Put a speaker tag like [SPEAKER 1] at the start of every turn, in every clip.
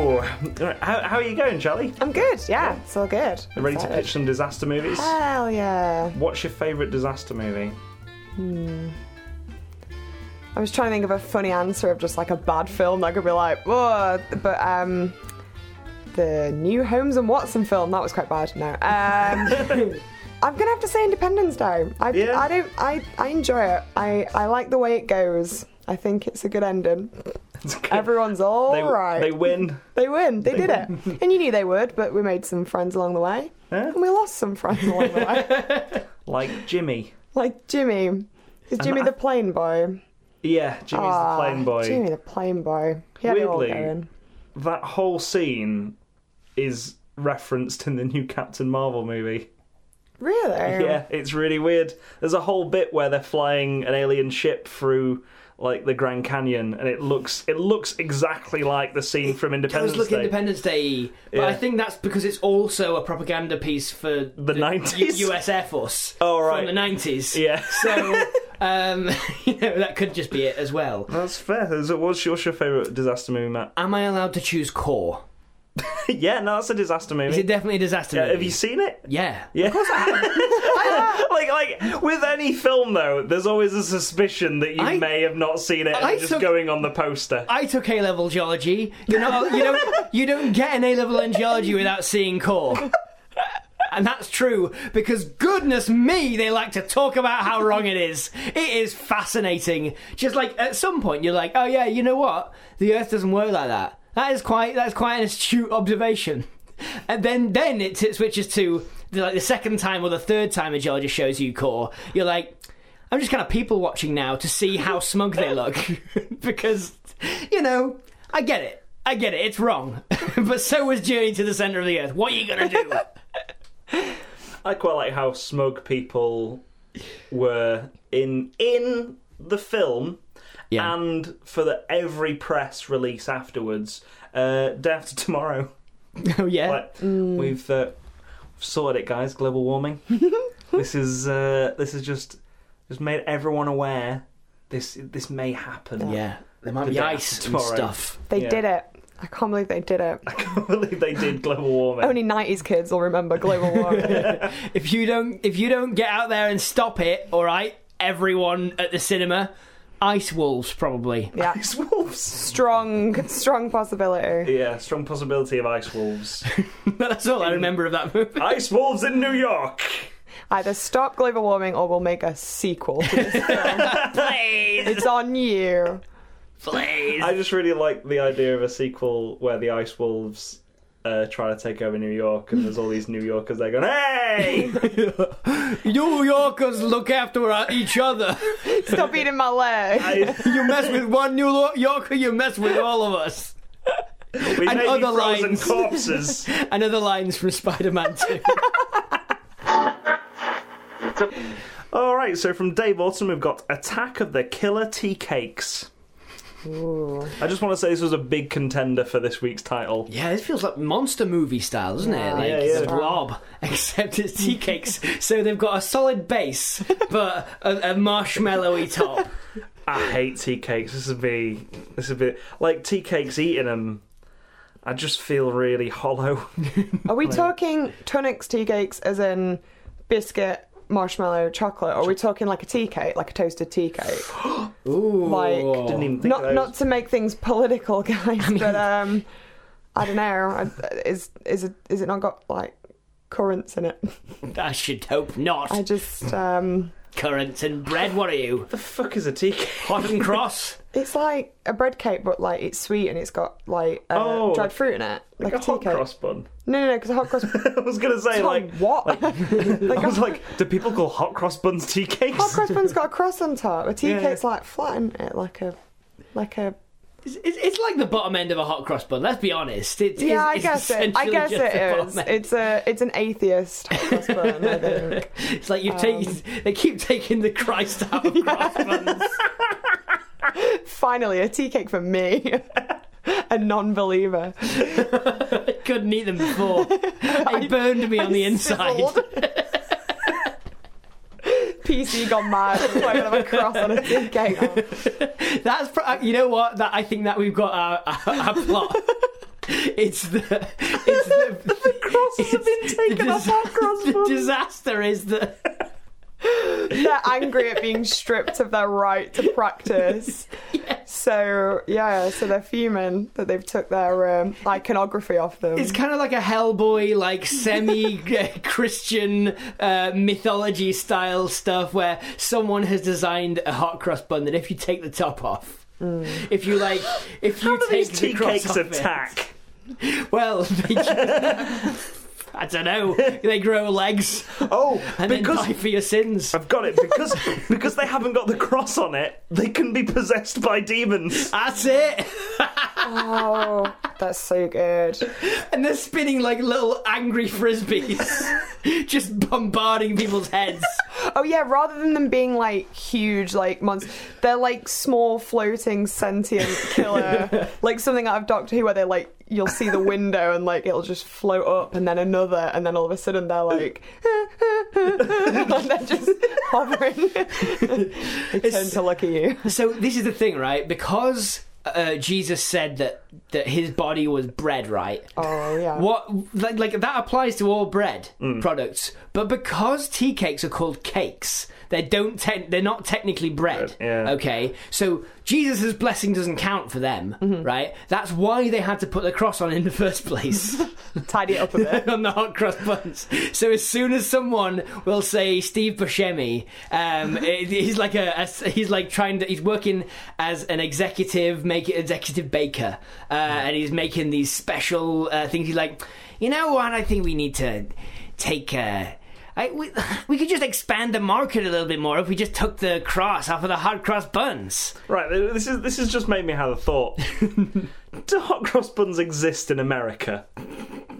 [SPEAKER 1] How, how are you going, Charlie?
[SPEAKER 2] I'm good. Yeah, it's all good.
[SPEAKER 1] Ready to
[SPEAKER 2] Excited.
[SPEAKER 1] pitch some disaster movies?
[SPEAKER 2] Hell yeah.
[SPEAKER 1] What's your favourite disaster movie?
[SPEAKER 2] I was trying to think of a funny answer of just like a bad film that could be like, oh, but um, the new Holmes and Watson film that was quite bad. No, um, I'm gonna have to say Independence Day. I,
[SPEAKER 1] Yeah.
[SPEAKER 2] I don't. I, I enjoy it. I, I like the way it goes. I think it's a good ending. Everyone's all
[SPEAKER 1] they,
[SPEAKER 2] right.
[SPEAKER 1] they win.
[SPEAKER 2] They win. They, did it. And you knew they would, but we made some friends along the way.
[SPEAKER 1] Yeah.
[SPEAKER 2] And we lost some friends along the way.
[SPEAKER 1] Like Jimmy.
[SPEAKER 2] Like Jimmy. Is Jimmy
[SPEAKER 1] I-
[SPEAKER 2] the plane boy?
[SPEAKER 1] Yeah, Jimmy's
[SPEAKER 2] Ah,
[SPEAKER 1] the plane boy.
[SPEAKER 2] Jimmy the plane boy. He had it all
[SPEAKER 1] Weirdly-
[SPEAKER 2] going.
[SPEAKER 1] That whole scene is referenced in the new Captain Marvel movie.
[SPEAKER 2] Really?
[SPEAKER 1] Yeah, it's really weird. There's a whole bit where they're flying an alien ship through like the Grand Canyon, and it looks it looks exactly like the scene from
[SPEAKER 3] It
[SPEAKER 1] Independence
[SPEAKER 3] does look
[SPEAKER 1] Day.
[SPEAKER 3] Independence Day, but
[SPEAKER 1] Yeah.
[SPEAKER 3] I think that's because it's also a propaganda piece for the,
[SPEAKER 1] 90s?
[SPEAKER 3] U- US Air Force
[SPEAKER 1] Oh, right.
[SPEAKER 3] from the nineties.
[SPEAKER 1] Yeah.
[SPEAKER 3] So um, you know that could just be it as well.
[SPEAKER 1] That's fair. So What's your, what's your favourite disaster movie, Matt?
[SPEAKER 3] Am I allowed to choose core?
[SPEAKER 1] yeah, no, that's a disaster
[SPEAKER 3] Is
[SPEAKER 1] movie.
[SPEAKER 3] it definitely a disaster?
[SPEAKER 1] Uh,
[SPEAKER 3] movie?
[SPEAKER 1] have you seen it?
[SPEAKER 3] Yeah.
[SPEAKER 1] Yeah. like, like with any film though, there's always a suspicion that you
[SPEAKER 3] I-
[SPEAKER 1] may have not seen it. and
[SPEAKER 3] I
[SPEAKER 1] you're just
[SPEAKER 3] took-
[SPEAKER 1] going on the poster.
[SPEAKER 3] I took A level geology. You know, you don't you don't get an A level in geology without seeing core. And that's true because goodness me, they like to talk about how wrong it is. It is fascinating. Just like at some point, you're like, oh yeah, you know what? The Earth doesn't work like that. That is quite that's quite an astute observation. And then then it, it switches to the, like the second time or the third time a geologist shows you core. You're like, I'm just kind of people watching now to see how smug they look because, you know, I get it. I get it. It's wrong. but so was Journey to the Center of the Earth. What are you going to do?
[SPEAKER 1] I quite like how smug people were in in the film,
[SPEAKER 3] Yeah.
[SPEAKER 1] and for the every press release afterwards. Uh, day after tomorrow,
[SPEAKER 3] oh, yeah.
[SPEAKER 1] like we've uh, sorted it, guys. Global warming. this is uh, this is just just made everyone aware. This this may happen.
[SPEAKER 3] Yeah. There might
[SPEAKER 1] The
[SPEAKER 3] be
[SPEAKER 1] day
[SPEAKER 3] ice
[SPEAKER 1] after
[SPEAKER 3] and
[SPEAKER 1] tomorrow.
[SPEAKER 3] stuff.
[SPEAKER 2] They
[SPEAKER 1] Yeah.
[SPEAKER 2] did it. I can't believe they did it.
[SPEAKER 1] I can't believe they did global warming.
[SPEAKER 2] Only 90s kids will remember global warming.
[SPEAKER 3] If you don't, if you don't get out there and stop it, all right, everyone at the cinema, ice wolves probably.
[SPEAKER 2] yeah.
[SPEAKER 1] ice wolves.
[SPEAKER 2] Strong, strong possibility.
[SPEAKER 1] Yeah, strong possibility of ice wolves.
[SPEAKER 3] That's all I remember of that movie.
[SPEAKER 1] ice wolves in New York.
[SPEAKER 2] Either stop global warming or we'll make a sequel to this film.
[SPEAKER 3] Please,
[SPEAKER 2] it's on you.
[SPEAKER 3] please.
[SPEAKER 1] I just really like the idea of a sequel where the ice wolves uh, try to take over New York, and there's all these New Yorkers there going, "Hey,
[SPEAKER 3] New Yorkers look after each other.
[SPEAKER 2] Stop eating my leg.
[SPEAKER 1] I,
[SPEAKER 3] You mess with one New Lo- Yorker, you mess with all of us.
[SPEAKER 1] we may be frozen
[SPEAKER 3] other lines.
[SPEAKER 1] corpses."
[SPEAKER 3] And other lines from Spider Man 2.
[SPEAKER 1] all right, so from Dave Autumn, we've got Attack of the Killer Tea Cakes.
[SPEAKER 2] Ooh.
[SPEAKER 1] I just want to say this was a big contender for this week's title.
[SPEAKER 3] yeah, this feels like monster movie style, doesn't it? Like
[SPEAKER 1] Yeah, yeah.
[SPEAKER 3] the blob, except it's tea cakes. so they've got a solid base, but a, a marshmallowy top.
[SPEAKER 1] I hate tea cakes. This would be this would be like tea cakes eating them. I just feel really hollow.
[SPEAKER 2] Are we talking tonics, tea cakes, as in biscuit, marshmallow, chocolate? Or are we talking like a tea cake, like a toasted tea cake?
[SPEAKER 3] Ooh.
[SPEAKER 2] Like-
[SPEAKER 1] Didn't even think of
[SPEAKER 2] not
[SPEAKER 1] those.
[SPEAKER 2] not to make things political, guys, but um, I don't know. I- Is is it is it not got like currants in it?
[SPEAKER 3] I should hope not.
[SPEAKER 2] I just um,
[SPEAKER 3] Currants and bread, what are you?
[SPEAKER 1] the fuck is a tea cake?
[SPEAKER 3] Hot and cross?
[SPEAKER 2] it's like a bread cake, but like it's sweet and it's got like uh,
[SPEAKER 1] Oh,
[SPEAKER 2] dried fruit in it, like,
[SPEAKER 1] a
[SPEAKER 2] a tea
[SPEAKER 1] hot
[SPEAKER 2] cake.
[SPEAKER 1] cross bun.
[SPEAKER 2] No, no, no, because hot cross.
[SPEAKER 1] I was gonna say like
[SPEAKER 2] like what? Like,
[SPEAKER 1] I was like, do people call hot cross buns tea cakes?
[SPEAKER 2] hot cross bun's got a cross on top. A tea
[SPEAKER 1] Yeah.
[SPEAKER 2] cake's like flat, isn't it? Like a like a
[SPEAKER 3] It's, it's, it's like the bottom end of a hot cross bun, let's be honest. It,
[SPEAKER 2] Yeah, I
[SPEAKER 3] it's,
[SPEAKER 2] guess it. I
[SPEAKER 3] essentially
[SPEAKER 2] guess
[SPEAKER 3] just the
[SPEAKER 2] it
[SPEAKER 3] bottom
[SPEAKER 2] is.
[SPEAKER 3] end.
[SPEAKER 2] It's a it's an atheist hot cross bun. I think.
[SPEAKER 3] It's like you take
[SPEAKER 2] um,
[SPEAKER 3] they keep taking the Christ out of crossbones.
[SPEAKER 2] Finally, a tea cake for me. A non-believer.
[SPEAKER 3] I couldn't eat them before. They burned me on the inside.
[SPEAKER 2] Sizzled. PC gone mad. I'm gonna have a cross on a tea cake.
[SPEAKER 3] That's pro- you know what? That I think that we've got our, our, our plot. It's the it's the, the
[SPEAKER 2] crosses have been taken off our crossbows.
[SPEAKER 3] The disaster is that
[SPEAKER 2] They're angry at being stripped of their right to practice. So yeah, so they're fuming that they've took their um, iconography off them.
[SPEAKER 3] it's kind of like a Hellboy, like semi uh, Christian uh, mythology style stuff where someone has designed a hot cross bun that if you take the top off. If you like, if
[SPEAKER 1] Mm.
[SPEAKER 3] you
[SPEAKER 1] How do
[SPEAKER 3] take
[SPEAKER 1] these
[SPEAKER 3] the
[SPEAKER 1] tea
[SPEAKER 3] cross
[SPEAKER 1] cakes
[SPEAKER 3] off it-
[SPEAKER 1] attack?
[SPEAKER 3] well, they I don't know. They grow legs
[SPEAKER 1] Oh,
[SPEAKER 3] and
[SPEAKER 1] because
[SPEAKER 3] then die for your sins.
[SPEAKER 1] I've got it because because they haven't got the cross on it. They can be possessed by demons.
[SPEAKER 3] That's it.
[SPEAKER 2] oh, that's so good.
[SPEAKER 3] And they're spinning like little angry frisbees, just bombarding people's heads.
[SPEAKER 2] Oh yeah, rather than them being like huge like monsters, they're like small floating sentient killer, like something out of Doctor Who, where they like you'll see the window and like it'll just float up, and then another, and then all of a sudden they're like, and they're just hovering. they turn to look at you.
[SPEAKER 3] So this is the thing, right? Because uh, Jesus said that that his body was bread, right?
[SPEAKER 2] Oh yeah.
[SPEAKER 3] What like, like that applies to all bread products, but because tea cakes are called cakes, they don't te- they're not technically bread.
[SPEAKER 1] Bread, yeah.
[SPEAKER 3] Okay, so Jesus' blessing doesn't count for them, right? That's why they had to put the cross on in the first place.
[SPEAKER 2] Tidy it up a bit.
[SPEAKER 3] on the hot cross buns. So as soon as someone will say Steve Buscemi, um, it- he's like a, a- he's like trying to he's working as an executive, make executive baker, uh, and he's making these special uh, things. He's like, you know what? I think we need to take. Uh, I, we, we could just expand the market a little bit more if we just took the cross off of the hard cross buns.
[SPEAKER 1] Right, this is this has just made me have a thought. Do hot cross buns exist in America?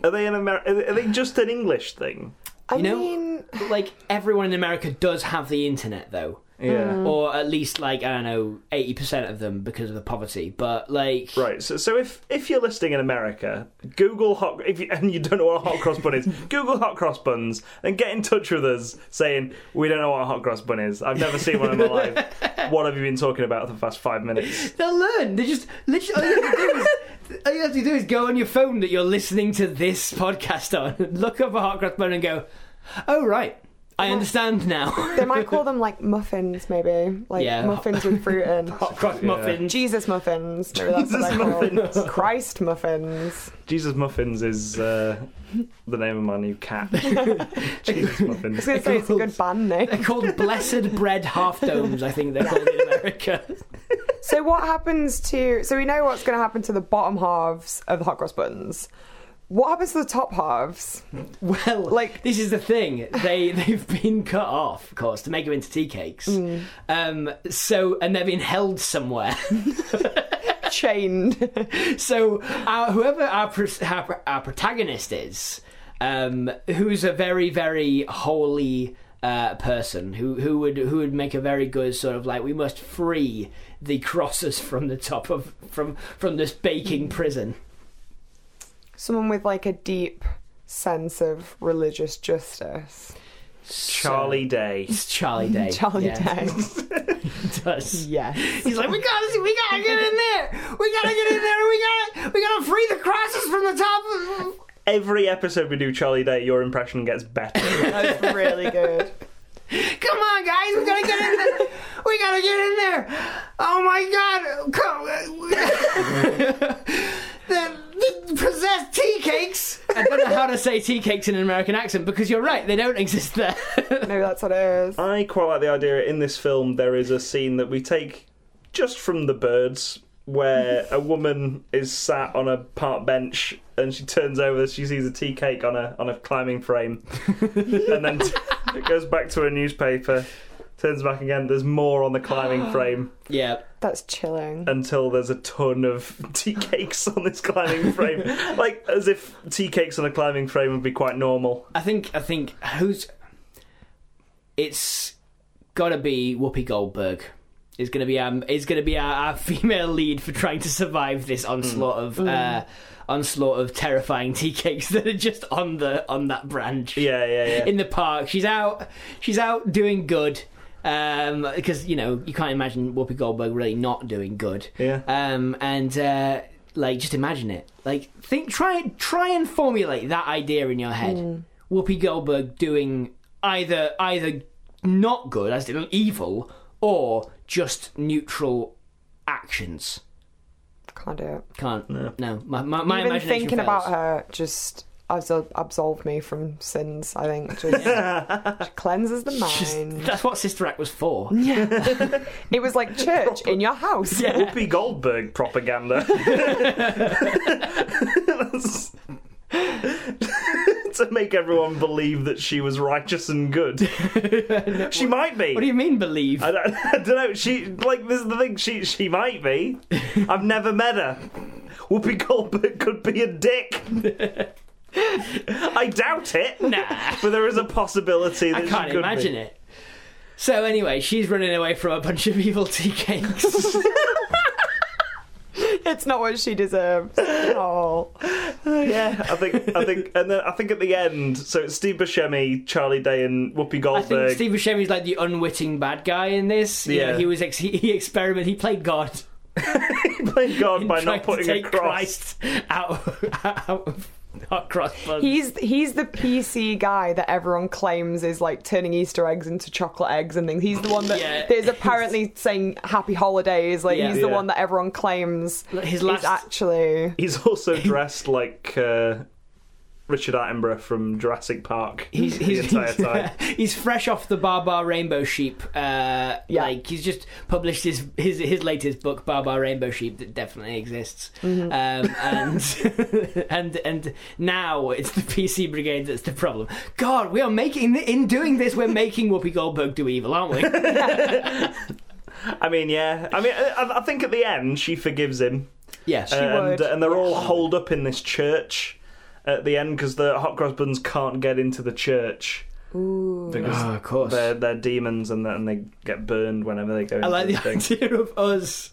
[SPEAKER 1] Are they an Amer- Are they- are they just an English thing?
[SPEAKER 2] I
[SPEAKER 3] You know-
[SPEAKER 2] mean,
[SPEAKER 3] Like everyone in America does have the internet though.
[SPEAKER 1] Yeah.
[SPEAKER 3] or at least like I don't know, eighty percent of them because of the poverty. But like,
[SPEAKER 1] Right. So, so if if you're listening in America, Google hot if you, and you don't know what a hot cross bun is, Google hot cross buns and get in touch with us saying we don't know what a hot cross bun is. I've never seen one in my life. What have you been talking about for the past five minutes?
[SPEAKER 3] they'll learn. They just literally all you have to do is all you have to do is go on your phone that you're listening to this podcast on, look up a hot cross bun, and go, oh right, I understand now.
[SPEAKER 2] they might call them like muffins, maybe like
[SPEAKER 3] Yeah.
[SPEAKER 2] muffins with fruit in.
[SPEAKER 3] hot cross
[SPEAKER 1] Yeah.
[SPEAKER 3] muffin.
[SPEAKER 2] Jesus muffins. Maybe that's
[SPEAKER 1] Jesus
[SPEAKER 2] what they're
[SPEAKER 1] muffins.
[SPEAKER 2] called. Christ muffins.
[SPEAKER 1] Jesus muffins is uh, the name of my new cat. Jesus
[SPEAKER 2] I was
[SPEAKER 1] muffins.
[SPEAKER 2] going to say it's a good band name.
[SPEAKER 3] They're called blessed bread half domes. I think they're called in America.
[SPEAKER 2] So what happens to? So we know what's going to happen to the bottom halves of the hot cross buns. What happens to the top halves?
[SPEAKER 3] Well,
[SPEAKER 2] Like-
[SPEAKER 3] like this is the thing they they've been cut off, of course, to make them into tea cakes.
[SPEAKER 2] Mm.
[SPEAKER 3] Um, so and they're being held somewhere.
[SPEAKER 2] Chained.
[SPEAKER 3] so our, whoever our, pr- our our protagonist is, um, who's a very very holy uh, person who who would who would make a very good sort of like we must free the crosses from the top of from from this
[SPEAKER 2] Mm.
[SPEAKER 3] baking prison.
[SPEAKER 2] Someone with like a deep sense of religious justice.
[SPEAKER 1] Charlie Day.
[SPEAKER 3] So, it's Charlie Day.
[SPEAKER 2] Charlie
[SPEAKER 3] yeah,
[SPEAKER 2] Day.
[SPEAKER 3] it does.
[SPEAKER 2] Yes.
[SPEAKER 3] He's like, we gotta, we gotta get in there. We gotta get in there. We gotta, we gotta free the crosses from the top. of-"
[SPEAKER 1] Every episode we do Charlie Day, your impression gets better.
[SPEAKER 2] That's really good.
[SPEAKER 3] Come on, guys, we gotta get in there. We gotta get in there. Oh my God, come. The, the possessed tea cakes. I don't know how to say tea cakes in an American accent because you're right, they don't exist there.
[SPEAKER 2] Maybe that's what it is.
[SPEAKER 1] I quite like the idea in this film there is a scene that we take just from the birds where a woman is sat on a park bench and she turns over she sees a tea cake on a on a climbing frame and then t- it goes back to her newspaper turns back again there's more on the climbing frame
[SPEAKER 3] yeah.
[SPEAKER 2] That's chilling.
[SPEAKER 1] until there's a ton of tea cakes on this climbing frame like as if tea cakes on a climbing frame would be quite normal
[SPEAKER 3] I think I think who's it's gotta be Whoopi Goldberg is gonna be um is gonna be our, our female lead for trying to survive this onslaught of uh, onslaught of terrifying tea cakes that are just on the on that branch
[SPEAKER 1] yeah yeah yeah
[SPEAKER 3] in the park. She's out she's out doing good um because you know you can't imagine Whoopi Goldberg really not doing good
[SPEAKER 1] yeah
[SPEAKER 3] um, and uh, Like, just imagine it. Like, think, try, try and formulate that idea in your head.
[SPEAKER 2] Hmm.
[SPEAKER 3] Whoopi Goldberg doing either either not good, as in evil, or just neutral actions.
[SPEAKER 2] Can't do it.
[SPEAKER 3] Can't. No, my my, my
[SPEAKER 2] Even
[SPEAKER 3] imagination
[SPEAKER 2] thinking
[SPEAKER 3] fails.
[SPEAKER 2] about her just absol- absolved me from sins. I think just, just cleanses the mind.
[SPEAKER 3] That's what Sister Act was for.
[SPEAKER 2] Hmm. It was like church in your house.
[SPEAKER 1] Whoopi Goldberg propaganda. That's- to make everyone believe that she was righteous and good. she might be.
[SPEAKER 3] What do you mean believe?
[SPEAKER 1] I don't, I don't know. She like this is the thing. She she might be. I've never met her. Whoopi Goldberg could be a dick. I doubt it,
[SPEAKER 3] nah.
[SPEAKER 1] but there is a possibility that
[SPEAKER 3] I can't
[SPEAKER 1] she could
[SPEAKER 3] imagine
[SPEAKER 1] be.
[SPEAKER 3] it. So anyway, she's running away from a bunch of evil tea cakes.
[SPEAKER 2] It's not what she deserves at all.
[SPEAKER 1] Yeah, I think I think, and then I think at the end. So it's Steve Buscemi, Charlie Day, and Whoopi
[SPEAKER 3] I think
[SPEAKER 1] Goldberg.
[SPEAKER 3] Steve Buscemi's like the unwitting bad guy in this. You know,
[SPEAKER 1] Yeah.
[SPEAKER 3] he was ex- he, he experimented. He played God
[SPEAKER 1] Thank God
[SPEAKER 3] in
[SPEAKER 1] by
[SPEAKER 3] trying
[SPEAKER 1] not putting
[SPEAKER 3] to
[SPEAKER 1] a
[SPEAKER 3] take
[SPEAKER 1] cross.
[SPEAKER 3] Christ out out of not cross. but-
[SPEAKER 2] He's he's the PC guy that everyone claims is like turning Easter eggs into chocolate eggs and things. He's the one that
[SPEAKER 3] Yeah.
[SPEAKER 2] there's apparently saying Happy Holidays. Like
[SPEAKER 3] Yeah.
[SPEAKER 2] he's the
[SPEAKER 1] Yeah.
[SPEAKER 2] one that everyone claims
[SPEAKER 3] his
[SPEAKER 2] is
[SPEAKER 3] last
[SPEAKER 2] actually.
[SPEAKER 1] He's also dressed like uh, Richard Attenborough from Jurassic Park.
[SPEAKER 3] He's,
[SPEAKER 1] the
[SPEAKER 3] he's,
[SPEAKER 1] entire time.
[SPEAKER 3] he's fresh off the Barbar Rainbow Sheep. Uh,
[SPEAKER 2] Yeah.
[SPEAKER 3] Like he's just published his his, his latest book, Barbar Rainbow Sheep, that definitely exists.
[SPEAKER 1] Mm-hmm.
[SPEAKER 3] Um, and and and now it's the PC Brigade that's the problem. God, we are making in doing this, we're making Whoopi Goldberg do evil, aren't we?
[SPEAKER 1] I mean, yeah. I mean, I, I think at the end she forgives him,
[SPEAKER 3] yes.
[SPEAKER 1] Uh, and
[SPEAKER 2] would.
[SPEAKER 1] and they're all holed up in this church at the end because the hot cross buns can't get into the church because
[SPEAKER 3] Oh, of course.
[SPEAKER 1] they're they're demons and, and they get burned whenever they go.
[SPEAKER 3] I
[SPEAKER 1] Into
[SPEAKER 3] like the
[SPEAKER 1] the thing.
[SPEAKER 3] idea of us.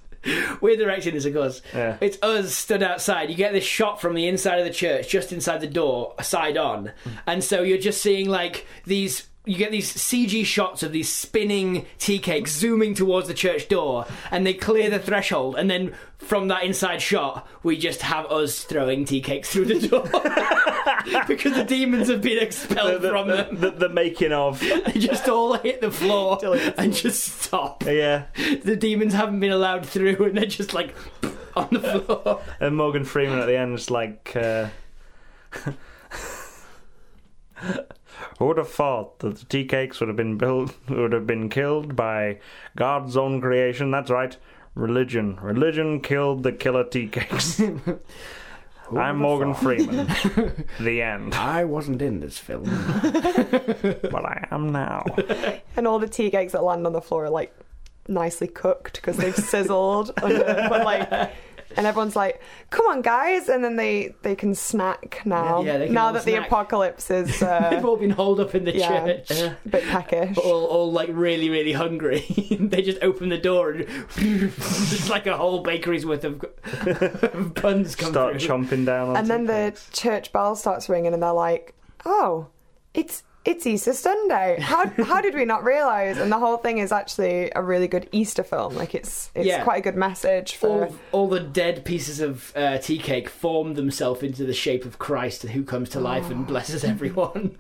[SPEAKER 3] We're directing this, of course.
[SPEAKER 1] Yeah.
[SPEAKER 3] It's us stood outside. You get this shot from the inside of the church, just inside the door, side on.
[SPEAKER 1] Hmm.
[SPEAKER 3] And so you're just seeing like these. You get these CG shots of these spinning tea cakes zooming towards the church door, and they clear the threshold. And then from that inside shot, we just have us throwing tea cakes through the door because the demons have been
[SPEAKER 1] The,
[SPEAKER 3] expelled from
[SPEAKER 1] the,
[SPEAKER 3] them.
[SPEAKER 1] the, the making of
[SPEAKER 3] They just all hit the floor and just stop
[SPEAKER 1] yeah,
[SPEAKER 3] the demons haven't been allowed through and they're just like on the floor.
[SPEAKER 1] and Morgan Freeman at the end is like, uh, "Who would have thought that the tea cakes would have been built, would have been killed by God's own creation? That's right, religion. Religion killed the killer tea cakes." I'm Morgan Freeman. the end.
[SPEAKER 3] I wasn't in this film.
[SPEAKER 1] Well, I am now.
[SPEAKER 2] And all the tea cakes that land on the floor are like nicely cooked because they've sizzled. under, but like, and everyone's like, "Come on, guys!" And then they they can snack now.
[SPEAKER 3] Yeah, they can
[SPEAKER 2] now
[SPEAKER 3] all
[SPEAKER 2] that the
[SPEAKER 3] snack.
[SPEAKER 2] apocalypse is
[SPEAKER 3] They've
[SPEAKER 2] uh,
[SPEAKER 3] all been holed up in the
[SPEAKER 2] Yeah.
[SPEAKER 3] church.
[SPEAKER 2] a bit peckish.
[SPEAKER 3] All, all like really, really hungry. they just open the door and it's like a whole bakery's worth of of buns come
[SPEAKER 1] Start
[SPEAKER 3] through.
[SPEAKER 1] chomping down on
[SPEAKER 2] and then
[SPEAKER 1] tea
[SPEAKER 2] the
[SPEAKER 1] cakes.
[SPEAKER 2] church bell starts ringing, and they're like, "Oh, it's." It's Easter Sunday. How, how did we not realize? And the whole thing is actually a really good Easter film. Like it's it's
[SPEAKER 3] Yeah.
[SPEAKER 2] quite a good message for
[SPEAKER 3] all, all the dead pieces of uh, tea cake form themselves into the shape of Christ, who comes to life and blesses everyone.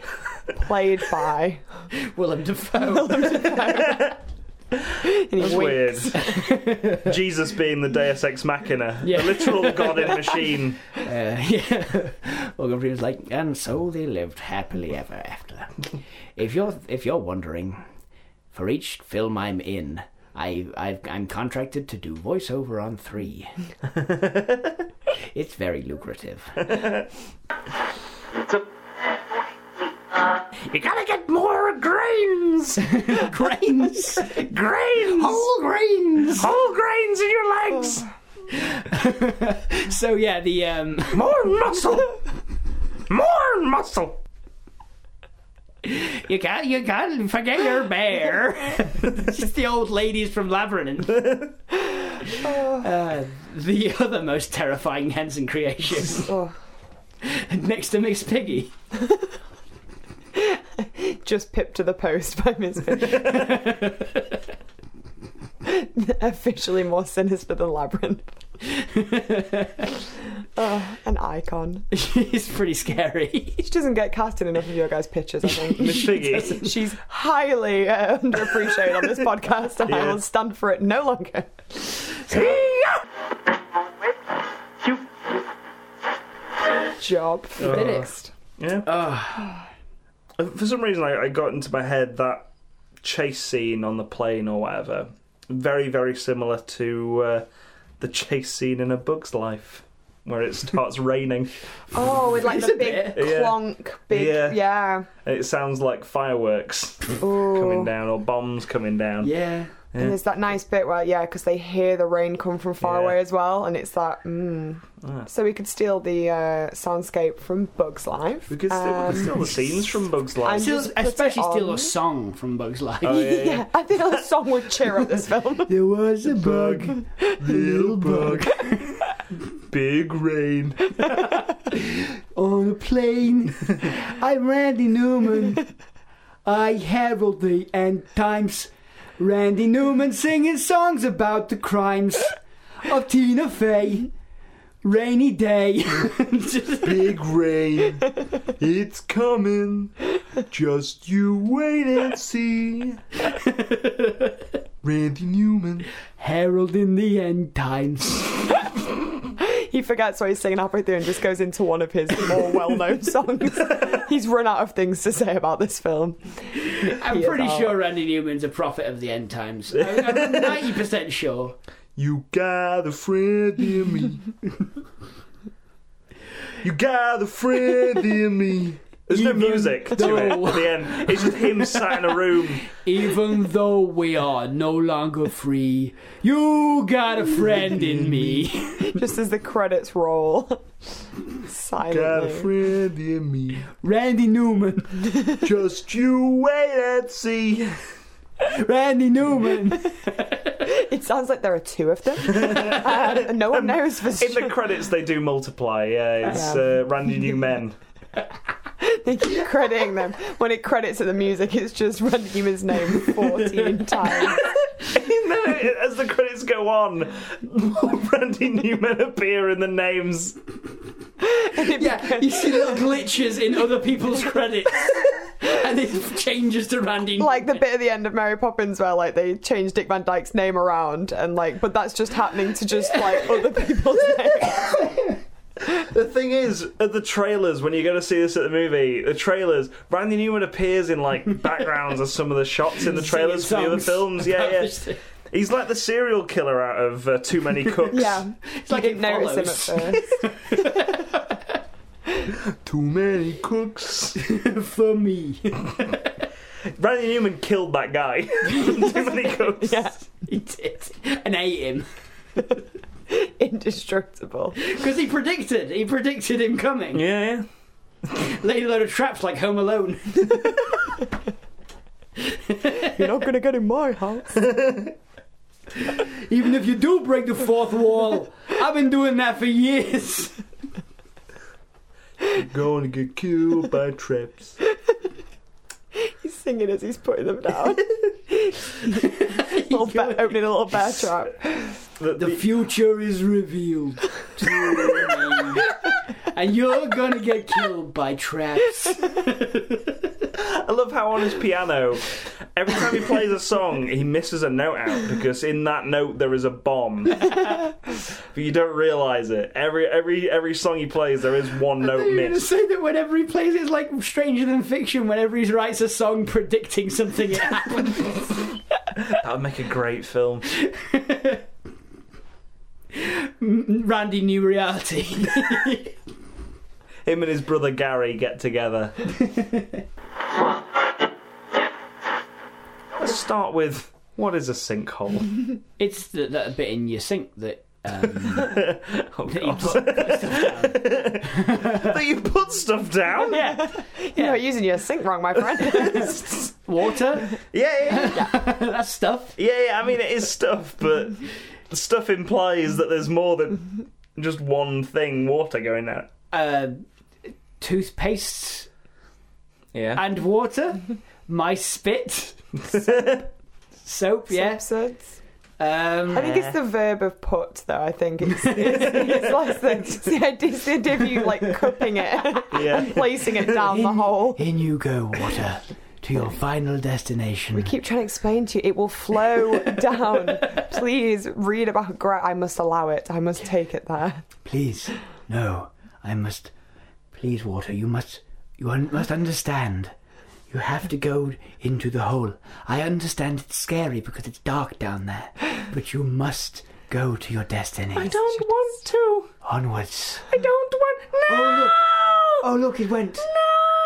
[SPEAKER 2] played by.
[SPEAKER 3] Willem Dafoe.
[SPEAKER 2] And he
[SPEAKER 1] That's
[SPEAKER 2] winks.
[SPEAKER 1] weird. Jesus being the Deus Ex Machina, a
[SPEAKER 3] Yeah.
[SPEAKER 1] literal god in machine.
[SPEAKER 3] Uh, yeah. Morgan Freeman's like, and so they lived happily ever after. if you're if you're wondering, for each film I'm in, I I've, I'm contracted to do voiceover on three. it's very lucrative. You gotta get more grains, grains, grains, whole grains, whole grains in your legs. so yeah, the um,
[SPEAKER 1] More muscle! More muscle!
[SPEAKER 3] You can't, you can't forget your bear. it's just the old ladies from Labyrinth. Uh, the other most terrifying Henson creation.
[SPEAKER 2] Oh.
[SPEAKER 3] Next to Miss Piggy.
[SPEAKER 2] just pip to the post by Miss Fisher. Officially more sinister than Labyrinth. Oh, an icon.
[SPEAKER 3] She's pretty scary.
[SPEAKER 2] She doesn't get cast in enough of your guys' pictures, I think.
[SPEAKER 1] Miss Piggy.
[SPEAKER 2] She's highly uh, underappreciated on this podcast, and I
[SPEAKER 1] Yeah.
[SPEAKER 2] will stand for it no longer. Job finished.
[SPEAKER 1] Yeah. Uh, For some reason, I, I got into my head that chase scene on the plane or whatever. Very, very similar to uh, the chase scene in A Bug's Life, where it starts raining.
[SPEAKER 2] Oh, with like
[SPEAKER 3] Is
[SPEAKER 2] the
[SPEAKER 3] it
[SPEAKER 2] big
[SPEAKER 1] there? Yeah.
[SPEAKER 2] clonk, big
[SPEAKER 1] Yeah.
[SPEAKER 2] yeah.
[SPEAKER 1] And it sounds like fireworks
[SPEAKER 2] Ooh.
[SPEAKER 1] coming down or bombs coming down.
[SPEAKER 3] Yeah.
[SPEAKER 2] And there's that nice bit where yeah, because they hear the rain come from far
[SPEAKER 1] Yeah. Ah.
[SPEAKER 2] away as well, and it's that. Mm. So we could steal the uh, soundscape from Bugs Life.
[SPEAKER 1] We could steal, we could
[SPEAKER 2] Um,
[SPEAKER 1] steal the scenes from Bug's Life.
[SPEAKER 2] and-
[SPEAKER 3] Still,
[SPEAKER 2] Just put it
[SPEAKER 3] especially still
[SPEAKER 2] on.
[SPEAKER 3] a song from Bugs Life.
[SPEAKER 1] Oh,
[SPEAKER 2] yeah, I think that song would cheer up this film.
[SPEAKER 3] There was a bug,
[SPEAKER 1] Little bug. Big rain.
[SPEAKER 3] on a plane. I'm Randy Newman. I herald the end times. Randy Newman singing songs about the crimes of Tina Fey. Rainy day.
[SPEAKER 1] Big rain. It's coming. Just you wait and see. Randy Newman.
[SPEAKER 3] Herald in the end times.
[SPEAKER 2] he forgets what he's singing halfway through and just goes into one of his more well-known songs. he's run out of things to say about this film.
[SPEAKER 3] I'm
[SPEAKER 2] He is
[SPEAKER 3] pretty
[SPEAKER 2] out.
[SPEAKER 3] sure Randy Newman's a prophet of the end times. I'm I'm 90% sure.
[SPEAKER 1] You got a friend in me. You got a friend in me. There's no
[SPEAKER 3] Even
[SPEAKER 1] music to it
[SPEAKER 3] though-
[SPEAKER 1] at the end. It's just him sat in a room.
[SPEAKER 3] Even though we are no longer free, you got a friend in me.
[SPEAKER 2] Just as the credits roll, silently.
[SPEAKER 1] Got a friend in me.
[SPEAKER 3] Randy Newman.
[SPEAKER 1] Just you wait and see.
[SPEAKER 3] Randy Newman.
[SPEAKER 2] It sounds like there are two of them. um, and no one knows for
[SPEAKER 1] In
[SPEAKER 2] sure.
[SPEAKER 1] the credits, they do multiply. Yeah, it's
[SPEAKER 2] Yeah.
[SPEAKER 1] uh, Randy Newman.
[SPEAKER 2] They keep crediting them. When it credits at the music, it's just Randy Newman's name 14 times.
[SPEAKER 1] No, as the credits go on, Randy Newman appear in the names.
[SPEAKER 3] Yeah, you see little glitches in other people's credits. And it changes to Randy Newman.
[SPEAKER 2] Like the bit at the end of Mary Poppins where like they change Dick Van Dyke's name around and like, but that's just happening to just like other people's names.
[SPEAKER 1] The thing is, at the trailers, when you go to see this at the movie, the trailers, Randy Newman appears in like backgrounds of some of the shots in the trailers for the other films. Yeah, yeah. He's like the serial killer out of uh, Too Many Cooks.
[SPEAKER 2] Yeah,
[SPEAKER 3] It's like
[SPEAKER 2] you
[SPEAKER 3] it
[SPEAKER 2] didn't notice him at
[SPEAKER 3] follows.
[SPEAKER 2] first.
[SPEAKER 1] Too many cooks.
[SPEAKER 3] For me.
[SPEAKER 1] Randy Newman killed that guy. from Too many cooks.
[SPEAKER 2] Yeah,
[SPEAKER 3] He did. And ate him.
[SPEAKER 2] indestructible.
[SPEAKER 3] Because he predicted. He predicted him coming.
[SPEAKER 1] Yeah, yeah.
[SPEAKER 3] Laid a load of traps like Home Alone.
[SPEAKER 2] You're not gonna get in my house.
[SPEAKER 3] Even if you do break the fourth wall, I've been doing that for years.
[SPEAKER 1] Going to get killed by traps.
[SPEAKER 2] He's singing as he's putting them down. little bear, opening a little bear trap.
[SPEAKER 1] The-
[SPEAKER 3] The
[SPEAKER 1] the-
[SPEAKER 3] future is revealed to me. And you're gonna get killed by traps.
[SPEAKER 1] I love how on his piano, every time he plays a song, he misses a note out because in that note there is a bomb. but you don't realise it. Every every every song he plays, there is one note
[SPEAKER 3] You're gonna
[SPEAKER 1] missed.
[SPEAKER 3] say that whenever he plays it, it's like Stranger Than Fiction, whenever he writes a song predicting something it happens.
[SPEAKER 1] That would make a great film.
[SPEAKER 3] Randy New Reality.
[SPEAKER 1] Him and his brother Gary get together. Let's start with what is a sinkhole?
[SPEAKER 3] It's the, that bit in your sink that. Um,
[SPEAKER 1] Oh,
[SPEAKER 3] that you
[SPEAKER 1] God.
[SPEAKER 3] put, put stuff down.
[SPEAKER 1] that you put stuff down? Yeah,
[SPEAKER 3] Yeah,
[SPEAKER 2] You're not using your sink wrong, my friend.
[SPEAKER 3] water.
[SPEAKER 1] yeah, yeah.
[SPEAKER 3] That's stuff.
[SPEAKER 1] Yeah, yeah, I mean, it is stuff, but stuff implies that there's more than just one thing water going out.
[SPEAKER 3] Uh, toothpastes
[SPEAKER 1] Yeah.
[SPEAKER 3] and water. My spit. Soap. Yeah.
[SPEAKER 2] Simpsons.
[SPEAKER 3] Um,
[SPEAKER 2] I think it's the verb of put, though. I think it's, it's, it's like the, it's the idea, it's the idea of you like cupping it,
[SPEAKER 1] Yeah.
[SPEAKER 2] placing it down the hole.
[SPEAKER 3] in you go, water, to your final destination.
[SPEAKER 2] We keep trying to explain to you, it will flow down. Please read about grout. I must allow it. I must take it there.
[SPEAKER 3] Please, no. I must. Please, water. You must. You un- must understand. You have to go into the hole. I understand it's scary because it's dark down there, but you must go to your destiny.
[SPEAKER 1] don't want to.
[SPEAKER 3] Onwards.
[SPEAKER 1] I don't want. No.
[SPEAKER 3] Oh look! Oh look! It went.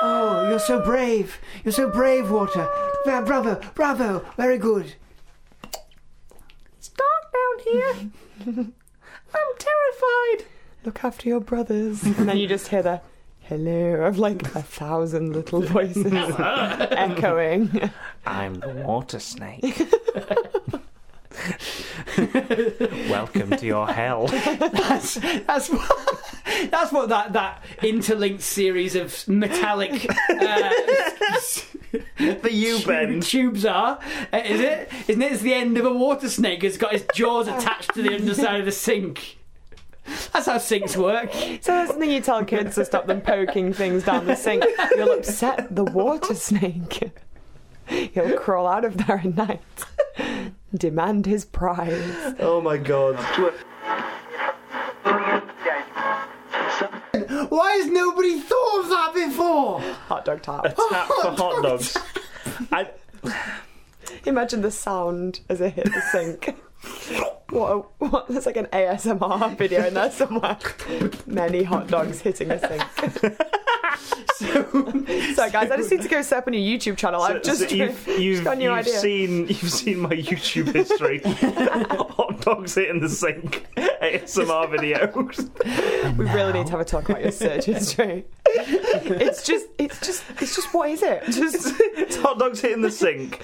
[SPEAKER 3] Oh, you're so brave. You're so brave, water. Bra- Bravo, bravo. Very good.
[SPEAKER 1] It's dark down here. I'm terrified.
[SPEAKER 2] Look after your brothers. And then you just hear the hello of like a thousand little voices echoing.
[SPEAKER 1] I'm the water snake. Welcome to your hell.
[SPEAKER 3] That's that's what that's what that that interlinked series of metallic uh,
[SPEAKER 1] The U
[SPEAKER 3] tube- tubes are. Uh, Is it? Isn't it? It's the end of a water snake. It's got its jaws attached to the underside of the sink. That's how sinks work.
[SPEAKER 2] So that's something you tell kids to stop them poking things down the sink. You'll upset the water snake. He'll crawl out of there at night. Demand his prize.
[SPEAKER 1] Oh my god.
[SPEAKER 3] Why has nobody thought of that before?
[SPEAKER 2] Hot dog tart.
[SPEAKER 1] Tap
[SPEAKER 2] Oh,
[SPEAKER 1] for hot dogs. I,
[SPEAKER 2] Imagine the sound as it hit the sink. What, a, what? There's like an ASMR video in there somewhere. Many hot dogs hitting a sink. Sorry, guys, I just need to go set up a new YouTube channel. I've just,
[SPEAKER 1] you've, you've,
[SPEAKER 2] just got a new
[SPEAKER 1] you've
[SPEAKER 2] idea.
[SPEAKER 1] seen you've seen my YouTube history. hot dogs hitting the sink. ASMR videos.
[SPEAKER 2] we really need to have a talk about your search history. it's just, it's just, it's just, what is it? Just
[SPEAKER 1] It's hot dogs hitting the sink.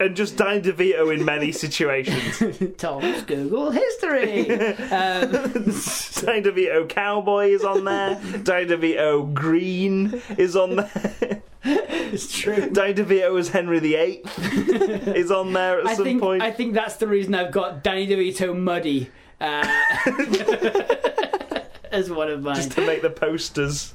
[SPEAKER 1] And just Danny DeVito in many situations.
[SPEAKER 3] Tom's Google history. Um,
[SPEAKER 1] Danny DeVito oh, cowboy is on there. Danny DeVito oh, green is on there.
[SPEAKER 3] it's true.
[SPEAKER 1] Danny DeVito as oh, Henry VIII is on there at
[SPEAKER 3] I
[SPEAKER 1] some
[SPEAKER 3] think
[SPEAKER 1] point.
[SPEAKER 3] I think that's the reason I've got Danny DeVito muddy uh, as one of mine.
[SPEAKER 1] just to make the posters.